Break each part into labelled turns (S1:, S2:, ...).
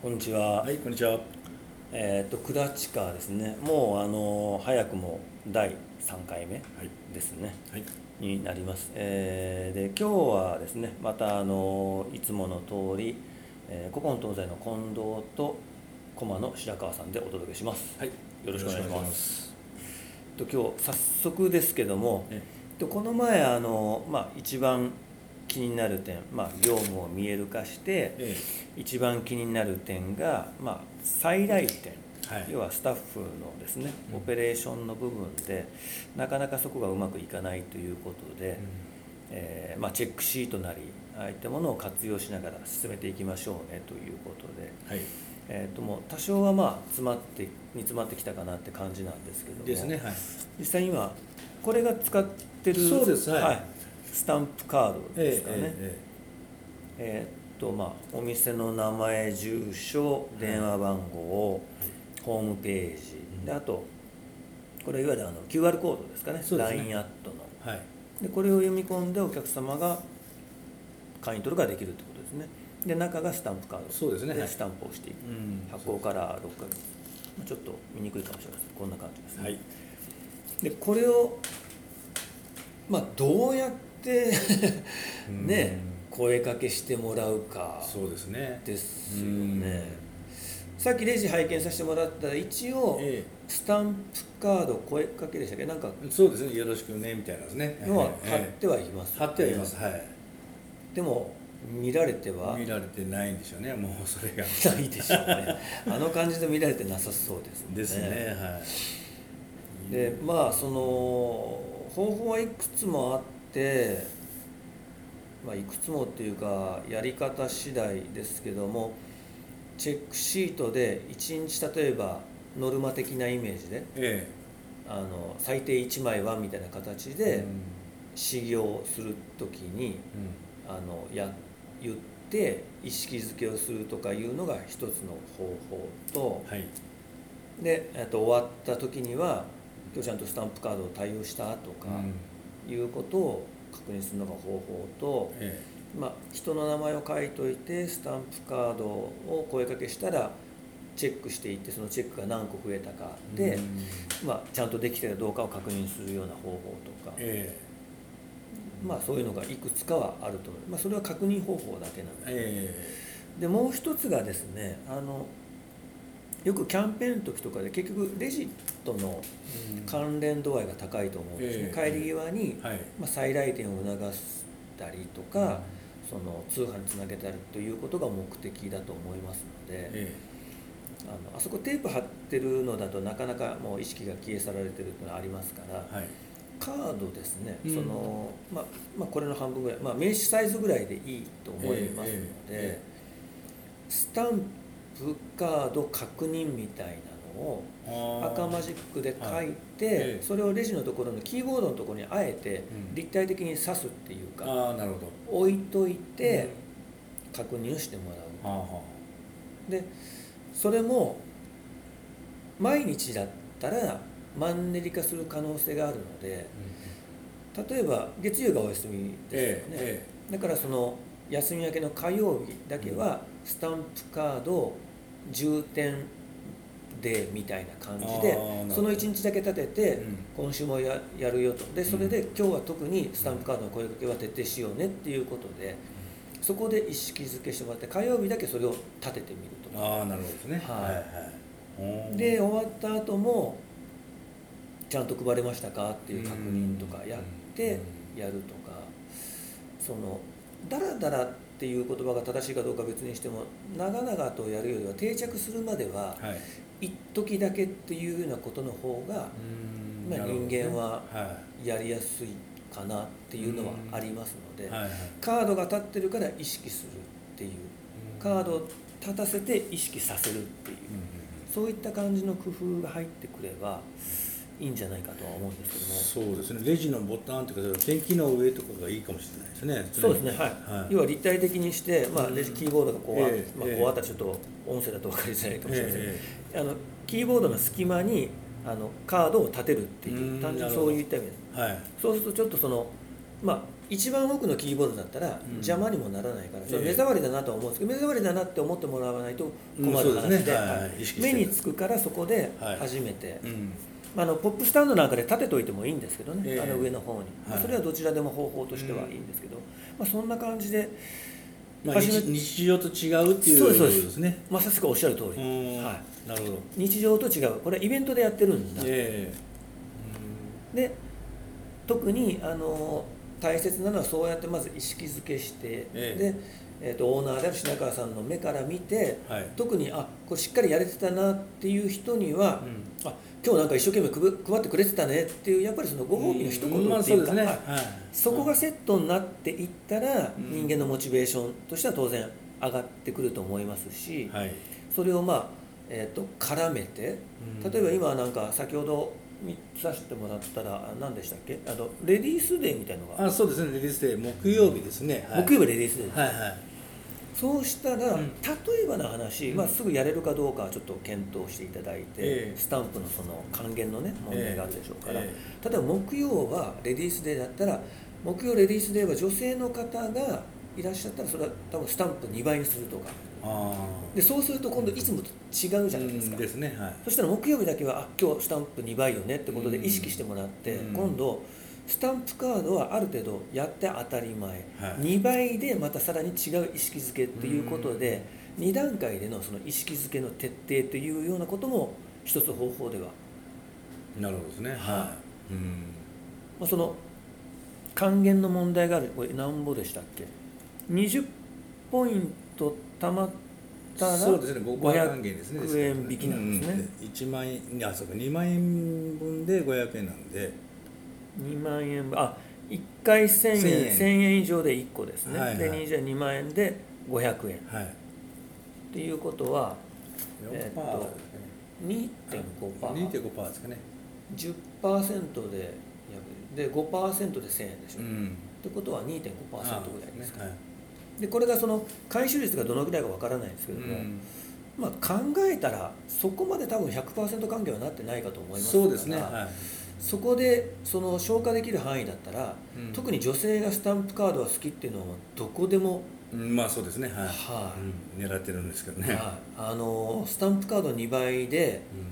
S1: こんにちは、
S2: はい、こんにちは。
S1: えっ、とクラチカですねもうあの早くも第3回目
S2: はい。
S1: ですね
S2: はい。
S1: になります、えーで今日はですねまたあのいつもの通り、えー、古今東西の近藤と駒の白川さんでお届けします、
S2: はい。
S1: よろしくお願いし
S2: よろしくお願いし
S1: ま
S2: ます
S1: えっと今日早速ですけども、
S2: え
S1: えっとこの前あの、まあ、一番気になる点、まあ、業務を見える化して、
S2: え
S1: 一番気になる点が、まあ、再来店、
S2: はい
S1: 要はスタッフのですね、
S2: うん
S1: オペレーションの部分でなかなかそこがうまくいかないということで、えーまあ、チェックシートなりああいったものを活用しながら進めていきましょうねということで、
S2: はい。
S1: えー、ともう多少はまあ詰まって煮詰まってきたかなって感じなんですけども
S2: ですね。はい。
S1: 実際今これが使ってる
S2: そうですはい
S1: スタンプカードですかね。
S2: え
S1: えーっとまあお店の名前住所電話番号、ホームページ、
S2: うん
S1: であとこれいわゆるあの QR コードですかね
S2: そうですね
S1: LINE アットの
S2: えはい。
S1: でこれを読み込んでお客様が会員登録ができるってことですねで中がスタンプカード
S2: そうですねはい
S1: スタンプを押していく、
S2: うん
S1: 発行から6ヶ月まあちょっと見にくいかもしれませんこんな感じですね、
S2: はい。
S1: でこれをまあどうやって ね声かけしてもらうか
S2: そうですね。
S1: ですよねさっきレジ拝見させてもらったら一応
S2: え
S1: スタンプカード声かけでしたっけなんか
S2: うん。そうですね。よろしくねみたいなんですね。
S1: のは貼っ
S2: え
S1: てはいますよ
S2: え
S1: ね
S2: 貼ってはいます。はい。
S1: でも見られては
S2: 見られてないんでしょうね。もうそれが。
S1: ないでしょう ねあの感じで見られてなさそうですね
S2: ですね。はい。
S1: でまあその方法はいくつもあって、まあ、いくつもっていうかやり方次第ですけどもチェックシートで1日例えばノルマ的なイメージで
S2: え
S1: あの最低1枚はみたいな形
S2: え。
S1: で
S2: うん
S1: 修行する時にあのや言って意識づけをするとかいうのが一つの方法と
S2: うん。。はい。
S1: で、えっと、終わった時には今日ちゃんとスタンプカードを対応したとか
S2: うん
S1: いうことを確認するのが方法と、
S2: え
S1: まあ、人の名前を書いといてスタンプカードを声かけしたらチェックしていってそのチェックが何個増えたか
S2: え。
S1: で、
S2: うん
S1: まあ、ちゃんとできてるかどうかを確認するような方法とか、
S2: え
S1: まあ、そういうのがいくつかはあると思う、まあ、それは確認方法だけなんで
S2: え。え
S1: でもう一つがですねあのよくキャンペーンの時とかで結局レジとの
S2: え。うん
S1: 関連度合いが高いと思うんですね、
S2: ええ
S1: 帰り際に、
S2: はい。
S1: まあ、再来店を促したりとか、その通販につなげたりということが目的だと思いますので、
S2: え
S1: あのあそこテープ貼ってるのだとなかなかもう意識が消え去られてるっていうのはありますから、
S2: え。はい。
S1: カードですね、
S2: うん
S1: そのまあまあ、これの半分ぐらい、まあ、名刺サイズぐらいでいいと思いますので、
S2: えええ
S1: スタンプカード確認みたいなのを赤マジックで書いて、
S2: はいええ
S1: それをレジのところのキーボードのところにあえて
S2: うん
S1: 立体的に刺すっていうか、
S2: あーなるほど
S1: 置いといて確認をしてもら
S2: はあ、は
S1: うでそれも毎日だったらマンネリ化する可能性があるので
S2: あ、
S1: 例えば月曜がお休みですよね、
S2: え
S1: だからその休み明けの火曜日だけはスタンプカードを重点でみたいな感じ
S2: あーな
S1: で
S2: るほど
S1: その1日だけ立てて、
S2: うん
S1: 今週もややるよとでそれで今日は特にスタンプカードの声掛けは徹底しようねっていうことでそこで意識づけしてもらって火曜日だけそれを立ててみると
S2: えああなるほどですね
S1: はい
S2: はいはいおー
S1: で終わった後もちゃんと配れましたかっていう確認とかやって
S2: う
S1: やるとかそのダラダラっていう言葉が正しいかどうか別にしても長々とやるよりは定着するまでは
S2: はい
S1: 一時だけっていうようなことの方が
S2: うん
S1: まあ
S2: なるほどね
S1: 人間は
S2: は
S1: やりやすいかなっていうのはありますの
S2: い
S1: で
S2: はいはい
S1: カードが立ってるから意識するっていうカード
S2: うん
S1: を立たせて意識させるっていうそういった感じの工夫が入ってくればいいんじゃないかとは思うんですけども
S2: そうですねレジのボタンとかペンキの上とかがいいかもしれないですね
S1: そうですねはい、
S2: はい
S1: 要は立体的にして、まあ、
S2: うん
S1: レジキーボードがこうあ、
S2: ええ
S1: まあ、
S2: ええ
S1: こうあったらちょっと音声だと分かりづらいかもしれません、
S2: え
S1: あのキーボードの隙間にあのカードを立てるっていう
S2: うん
S1: 単純
S2: な
S1: に
S2: る
S1: そ
S2: ほど
S1: ういった意味です
S2: はい
S1: そうするとちょっとそのまあ一番奥のキーボードだったら
S2: うん
S1: 邪魔にもならないから、それ
S2: ええ
S1: 目障りだなとは思うんですけど目障りだなって思ってもらわないと
S2: うん
S1: 困る
S2: そう
S1: 話
S2: です
S1: で
S2: ねはいはい
S1: はい
S2: 意識して
S1: 目につくからそこで
S2: はい
S1: 初めて、
S2: うん
S1: まあ、あのポップスタンドなんかで立てといてもいいんですけどね、
S2: ええ
S1: あの上の方に、
S2: はい
S1: それはどちらでも方法としてはいいんですけど、まあ、そんな感じで
S2: まあ、日
S1: 初め
S2: 日常と違うっていう
S1: そう
S2: こ
S1: です
S2: と
S1: そう
S2: で
S1: です
S2: すね
S1: まさしくおっしゃる通
S2: う
S1: り、
S2: ん
S1: は
S2: なるほど
S1: い、日常と違うこれはイベントでやってるんだ、
S2: え
S1: で特にあの大切なのはそうやってまず意識づけして、
S2: ええ
S1: で、えー、とオーナーである品川さんの目から見て
S2: えはい
S1: 特にあこれしっかりやれてたなっていう人には、
S2: うん
S1: あ今日なんか一生懸命くぶ配ってくれてたねっていうやっぱりそのご褒美の一
S2: ん
S1: 言
S2: まあ
S1: っていうか、
S2: そうで
S1: は
S2: すね、
S1: い
S2: はい
S1: そこがセットになっていったら、
S2: う
S1: 人
S2: ん
S1: 間のモチベーションとしては当然上がってくると思いますし、
S2: はい
S1: それをまあ、えー、と絡めて
S2: うん
S1: 例えば今なんか先ほど見させてもらったらあ何でしたっけあのレディースデーみたいのが
S2: あそうですねレディースデー木曜日ですね、はい、
S1: 木曜日レディースデー、
S2: はいはい
S1: そうしたら、
S2: うん
S1: 例えばの話、
S2: うん
S1: まあ、すぐやれるかどうかはちょっと検討していただいて、
S2: ええ
S1: スタンプのその還元のね問題があるでしょうから、
S2: え
S1: 例えば木曜はレディースデーだったら木曜レディースデーは女性の方がいらっしゃったらそれは多分スタンプ2倍にするとか
S2: あ
S1: でそうすると今度いつもと違う
S2: あ
S1: じゃないですか、
S2: ですねはい
S1: そしたら木曜日だけはあ今日スタンプ2倍よねってことで
S2: うん
S1: 意識してもらって、
S2: うん
S1: 今度スタンプカードはある程度やって当たり前、
S2: はい
S1: 2倍でまたさらに違う意識づけっていうことで、2段階でのその意識づけの徹底というようなことも一つ方法では、
S2: なるほどですねはい、
S1: は
S2: うん
S1: まあ、その還元の問題があるこれ何ぼでしたっけ20ポイントたまったら
S2: そうですね5 0
S1: 500
S2: 還元ですね
S1: 円引きなんですね、
S2: 1万円いやそうか2万円分で500円なんで
S1: 2万円分あ一1回1000円
S2: 1000
S1: 1000
S2: 円
S1: 円以上で1個ですね、
S2: はいはい
S1: で2じゃあ2万円で500円っ
S2: はい
S1: ていうことはえ
S2: 4%
S1: っと2.5%
S2: 2.5%ですかね
S1: 10%で約で5%で1000円でしょ、
S2: う
S1: っ
S2: ん
S1: てことは2.5%ぐらいですか
S2: ねはい
S1: でこれがその回収率がどのぐらいかわからないんですけ
S2: う
S1: ども、
S2: ん
S1: まあ、考えたらそこまで多分100%還元はなってないかと思いますから
S2: そうですねは
S1: そこでその消化できる範囲だったら、
S2: うん
S1: 特に女性がスタンプカードは好きっていうのはどこでも、
S2: いうんまあそうですねはい
S1: はい
S2: うん狙ってるんですけど
S1: は
S2: ね
S1: いあのスタンプカード2倍で
S2: うん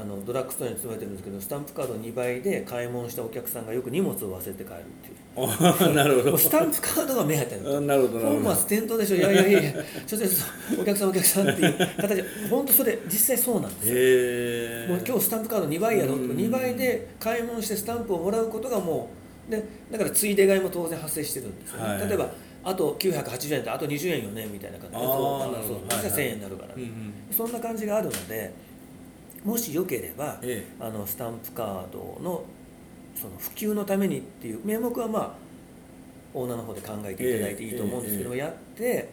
S1: あのドラッグストアに勤めてるんですけどスタンプカード2倍で買い物したお客さんがよく荷物を忘れて帰るっていう
S2: あな る
S1: も う
S2: ほど
S1: スタンプカードが目当てなんです
S2: あなるほどなるほど
S1: 本末転倒でしょいやいやいやいやちょっとお客さんお客さんっていう形本当それ実際そうなんですよ
S2: へえ
S1: もう今日スタンプカード2倍やろ、
S2: うん
S1: 2倍で買い物してスタンプをもらうことがもうでだからついで買いも当然発生してるんですよね、
S2: はい
S1: 例えばあと980円ってあと20円よねみたいな感じで
S2: あー
S1: そう
S2: なる
S1: そ
S2: ほど
S1: うそしたら
S2: はいはい
S1: 1000円になるから、
S2: うんうん
S1: そんな感じがあるのでもしよければ、
S2: え
S1: あのスタンプカードのその普及のためにっていう名目はまあオーナーの方で考えていただいていいと思うんですけど、
S2: え
S1: やって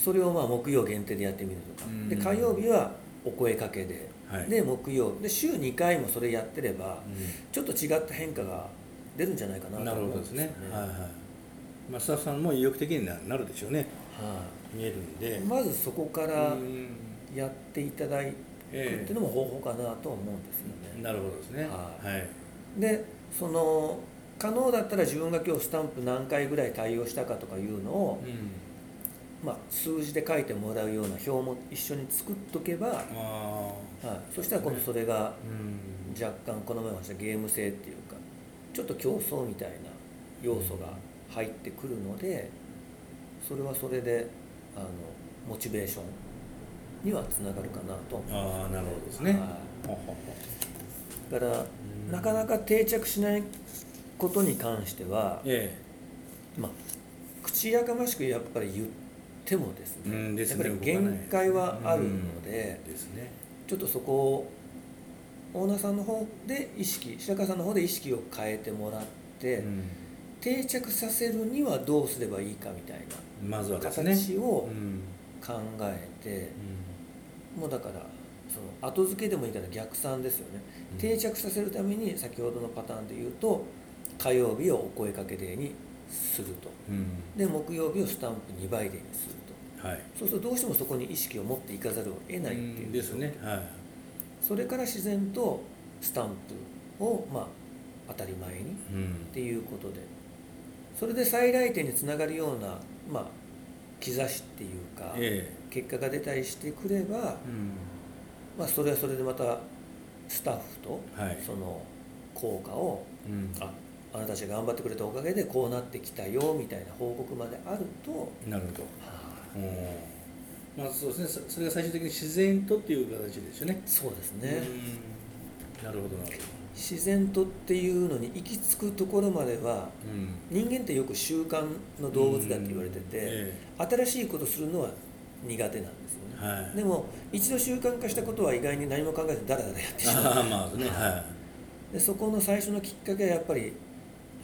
S1: それをまあ木曜限定でやってみるとか、
S2: うん
S1: で火曜日はお声かけで、
S2: はい
S1: で木曜で週2回もそれやってれば、
S2: うん
S1: ちょっと違った変化が出るんじゃないかな
S2: な
S1: と
S2: る
S1: 思
S2: ほ
S1: う
S2: ど
S1: んで
S2: で
S1: すすよね
S2: ね。はいはい。まあ、スタッフさんも意欲的にななるでしょうね。
S1: は
S2: 見えるん
S1: い
S2: で。
S1: まずそこから
S2: うん
S1: やっていただくって
S2: え
S1: いうの
S2: え
S1: も方法かなと思うんですよね。
S2: なるほどですね。
S1: は
S2: はい。
S1: でその可能だったら自分が今日スタンプ何回ぐらい対応したかとかいうのを、
S2: うん
S1: まあ、数字で書いてもらうような表も一緒に作っとけば、はい、
S2: あ
S1: そしたら今度それが
S2: あ。うん
S1: 若干この前ましたゲーム性っていうかちょっと競争みたいな要素が入ってくるのでそれはそれであのモチベーションにはつながるかなと思います
S2: ああ、なるほどですね。
S1: はい
S2: ほうほうほ
S1: だから
S2: うん
S1: なかなか定着しないことに関しては
S2: う、え
S1: まあ、口やかましくやっぱり言ってもです
S2: え。う
S1: ね,、
S2: んですね。
S1: やっぱり
S2: 動かな
S1: 限
S2: い
S1: 界はあるので、
S2: うんですね。
S1: ちょっとそこをオーナーさんの方で意識白川さんの方で意識を変えてもらって、
S2: うん
S1: 定着させるにはどうすればいいかみたい
S2: まずは
S1: な
S2: ですね。
S1: 形を
S2: うん
S1: 考えて、
S2: う
S1: もうだからその後付けでもいいから逆算ですよね、
S2: うん
S1: 定着させるために先ほどのパターンで言うと火曜日をお声かけデーにすると
S2: ん
S1: で木曜日をスタンプ2倍デーにすると
S2: うんはい。
S1: そうするとどうしてもそこに意識を持っていかざるを得ないっていううん
S2: ですね。は
S1: それから自然とスタンプをまあ当たり前に
S2: い。うん
S1: っていうことでそれで再来店につながるような、まあ、兆しっていうか、
S2: え
S1: 結果が出たりしてくれば
S2: え、うん
S1: まあ、それはそれでまたスタッフと
S2: はい
S1: その効果を、
S2: うん
S1: ああなたたちが頑張ってくれたおかげでこうなってきたよみたいな報告まであると、
S2: なるほど
S1: は
S2: うんまあそうですねそそれが最終的に自然とっていう形ですよね
S1: いそうですね、
S2: うんなるほどなるほど
S1: 自然とっていうのに行き着くところまでは
S2: うん
S1: 人間ってよく習慣の動物だって言われてて、
S2: え
S1: 新しいことするのは苦手なんですよ
S2: え
S1: ね、
S2: はい
S1: でも一度習慣化したことは意外に何も考えずダラダラやってしまう
S2: ああ まあねは
S1: でそこの最初のきっかけはやっぱり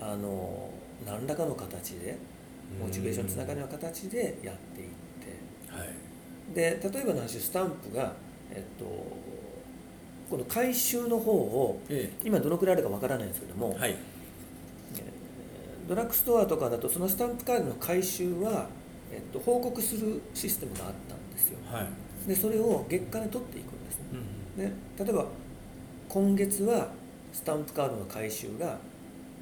S1: あの何らかの形で
S2: い
S1: モチベーションつながり
S2: は
S1: の形でやっていっ
S2: い
S1: てで例えばの話スタンプが、えっと、この回収の方を
S2: え
S1: 今どのくらいあるかわからないんですけども、
S2: えはい
S1: えードラッグストアとかだとそのスタンプカードの回収は、えっと、報告するシステムがあったんですよ
S2: はい
S1: でそれを月間で取っていくんですね
S2: うん
S1: で例えば今月はスタンプカードの回収が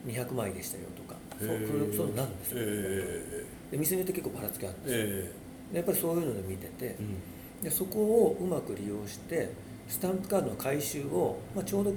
S1: 200枚でしたよとかそう
S2: へえ
S1: そうそうなんですよ、
S2: え
S1: で店によって結構ばらつきあって、
S2: ええ
S1: でやっぱりそういうので見てて
S2: えうん
S1: でそこをうまく利用してスタンプカードの回収を、まあ、ちょうど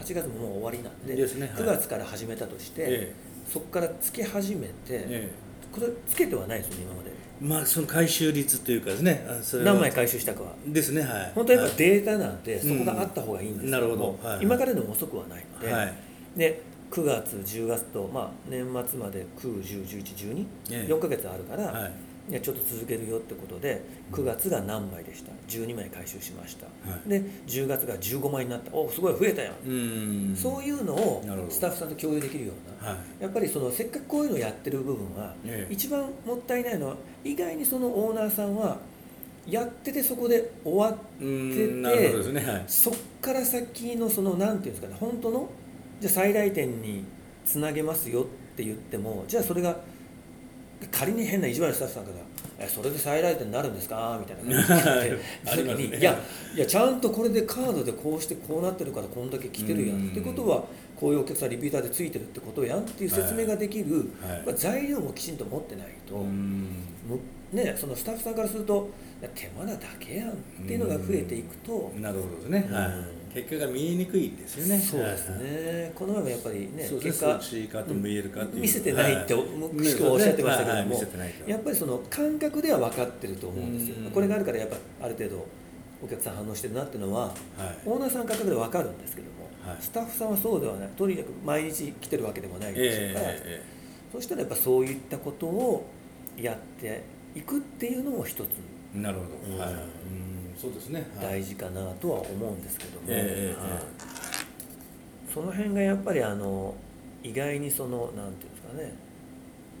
S1: 8月ももう終わりなんで
S2: ですねは
S1: 9
S2: い
S1: 月から始めたとして、
S2: え
S1: そこからつけ始めて、
S2: ええ
S1: これつけてはないですよね今まで
S2: えまあその回収率というかですねあそれは
S1: 何枚回収したかは
S2: ですねはい
S1: 本当はやっぱ
S2: は
S1: データなんて
S2: い
S1: そこがあった方がいいんですけ
S2: うんなる
S1: も
S2: ほどはい
S1: 今からでも遅くはないの
S2: い
S1: で、
S2: はい
S1: で9月10月と、まあ、年末まで9101112、
S2: ええ
S1: 4ヶ月あるから、
S2: はい
S1: い、やちょっと続けるよってことで9月が何枚でした12枚回収しました、
S2: はい
S1: で10月が15枚になったおすごい増えたよ、
S2: うん
S1: そう
S2: う
S1: いうのを
S2: なるほど
S1: スタッフさんと共有できるような
S2: はい
S1: やっぱりそのせっかくこういうのをやってる部分は、
S2: ええ
S1: 一番もったいないのは意外にそのオーナーさんはやっててそこで終わっ
S2: うんなるほどですねはい
S1: そっから先のその何ていうんですかね本当のじゃあ最大点につなげますよって言ってもじゃあそれが仮に変な意地悪なスタッフさんから「えそれで再来店になるんですか?」みたいな感じで
S2: あ
S1: 来て
S2: りますね
S1: 時にいやいやちゃんとこれでカードでこうしてこうなってるからこんだけ来てるやん」
S2: うん
S1: ってことはこういうお客さんリピーターでついてるってことやんっていう説明ができる、
S2: はいはい
S1: まあ材料もきちんと持ってないと。
S2: うん
S1: むね、そのスタッフさんからするといや手間なだけやんっていうのが増えていくと、
S2: なるほどですね、
S1: うん
S2: はい、結果が見えにくいですよね
S1: そうです
S2: はい
S1: ね。この前もやっぱりね、
S2: そう
S1: 結
S2: 結
S1: 果
S2: 果かと見えるかっていう
S1: 見せてないって、
S2: はい
S1: むしくおっしゃってましたけど
S2: はい見
S1: も
S2: せ、てないと
S1: やっぱりその感覚では分かってると思うんですよ
S2: うん。
S1: これがあるからやっぱある程度お客さん反応してるなっていうのは。
S2: はい
S1: オーナーさん感覚で分かるんですけども、
S2: はい
S1: スタッフさんはそうではないとにかく毎日来てるわけでもないですから、
S2: え
S1: そしたらやっぱそういったことをやっていくっていうのも一つ
S2: えええなるほど、
S1: うん
S2: はい、うんそうですね、はい、
S1: 大事かなとは思うんですけども、
S2: ええ
S1: はい
S2: え
S1: その辺がやっぱりあの意外にそのなんていうんですかね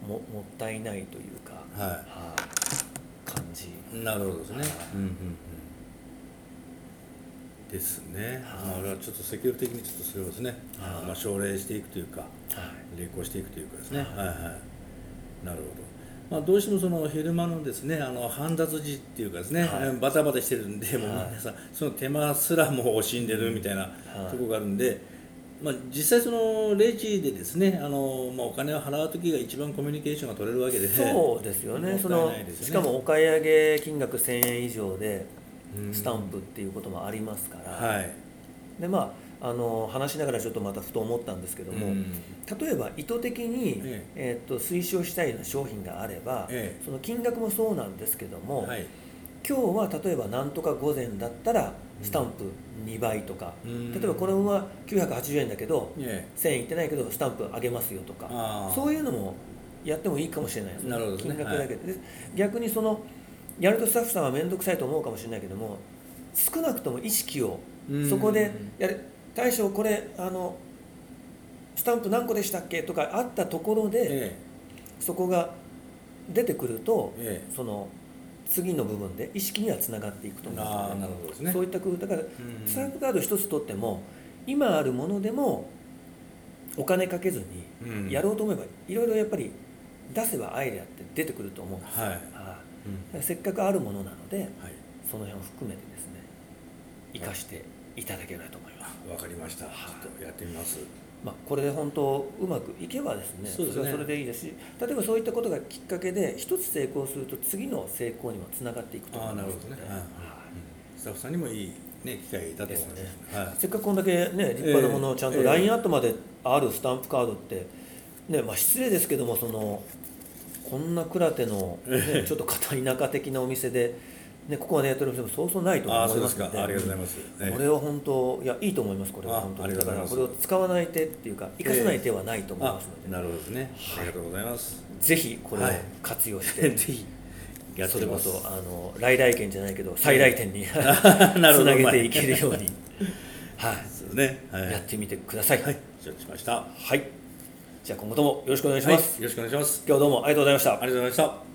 S1: ももったいないというか、
S2: は
S1: はい感じ
S2: いなるほどですね、
S1: はい
S2: うんうんうんですね、
S1: はい
S2: まあ、俺はちょっと積極的にちょっとそれをですね、
S1: はい
S2: まあ、奨励していくというか
S1: はい
S2: 励行していくというかですね、
S1: は
S2: はいいはい、なるほど、まあ、どうしてもその昼間のですねあの煩雑時っていうかですね、
S1: はい
S2: バタバタしてるんで、も
S1: はいう
S2: 皆さん、その手間すらもう惜しんでるみたいな
S1: はい
S2: ところがあるんで、まあ、実際、そのレジでですねあの、まあ、お金を払う時が一番コミュニケーションが取れるわけで、
S1: そうですよね
S2: もっ
S1: そ
S2: たいない
S1: の
S2: ですよね
S1: しかもお買い上げ金額1000円以上で
S2: うん
S1: スタンプっていうこともありますから、
S2: はい、
S1: でまああの話しながらちょっとまたふと思ったんですけども、
S2: うん
S1: 例えば意図的に、
S2: え
S1: えーっと推奨したいような商品があれば、
S2: ええ
S1: その金額もそうなんですけども、
S2: はい、
S1: 今日は例えばなんとか午前だったらスタンプ2倍とか、
S2: うん
S1: 例えばこれは980円だけど、
S2: え
S1: 1000円いってないけどスタンプ上げますよとか
S2: あー
S1: そういうのもやってもいいかもしれないですね
S2: なるほどですね
S1: 金額だけで,で、逆にそのやるとスタッフさんは面倒くさいと思うかもしれないけども少なくとも意識を
S2: うん
S1: そこでやれ大将これあのスタンプ何個でしたっけとかあったところで、
S2: え
S1: そこが出てくると、
S2: ええ
S1: その次の部分で意識にはつながっていくと思うん
S2: ああなるほどですね
S1: そういった工夫だから
S2: ん
S1: スタンプカード一つ取っても今あるものでもお金かけず
S2: うん
S1: にやろうと思えばいろいろやっぱり出せばアイデアって出てくると思うんですよ、
S2: はい
S1: はい
S2: うん
S1: だからせっかくあるものなので
S2: はい
S1: その辺を含めてですね生かしていただければと思います
S2: わかりました。ちょっとやってみます。
S1: まあ、これで本当うまくいけばですね
S2: そうですね
S1: れはそれでいいですし例えばそういったことがきっかけで一つ成功すると次の成功にもつながっていくと思
S2: ああ
S1: い
S2: な
S1: ま
S2: る
S1: す
S2: ほど
S1: の
S2: ね
S1: で、
S2: はいうんスタッフさんにもいい、ね、機会だと思います
S1: です
S2: はい
S1: せっかくこんだけ、ね、立派なものをちゃん
S2: え
S1: と
S2: え
S1: LINE アートまであるスタンプカードって、ねまあ、失礼ですけどもそのこんな蔵手の、
S2: え
S1: ね、ちょっと片田舎的なお店で、ね、ここはねやってるお店もそうそうないと
S2: ああ
S1: 思
S2: そ
S1: いう
S2: で
S1: ますすの
S2: か
S1: で
S2: ありがとうございます、ええ
S1: これは本当いやいいと思いますこれ
S2: あ
S1: は本当
S2: あり
S1: に
S2: が
S1: だ
S2: とう
S1: から
S2: ございます
S1: これを使わない手っていうか生かさない手はないと思い
S2: あ
S1: ますので、
S2: なるほどですねありがとうございます
S1: ぜひこれを
S2: はい
S1: 活用して、
S2: ぜひやっ
S1: そ
S2: て
S1: れ
S2: ま
S1: こ
S2: す
S1: そあの来来店じゃないけど再来店につ
S2: なるほど
S1: なげていけるように、はい
S2: そうね はい
S1: やってみてください。
S2: はい承知しました
S1: はい。じゃあ今後ともよろしくお願いします。
S2: はいよろしくお願いします
S1: 今日はどうもありがとうございました
S2: あ。りがとうございました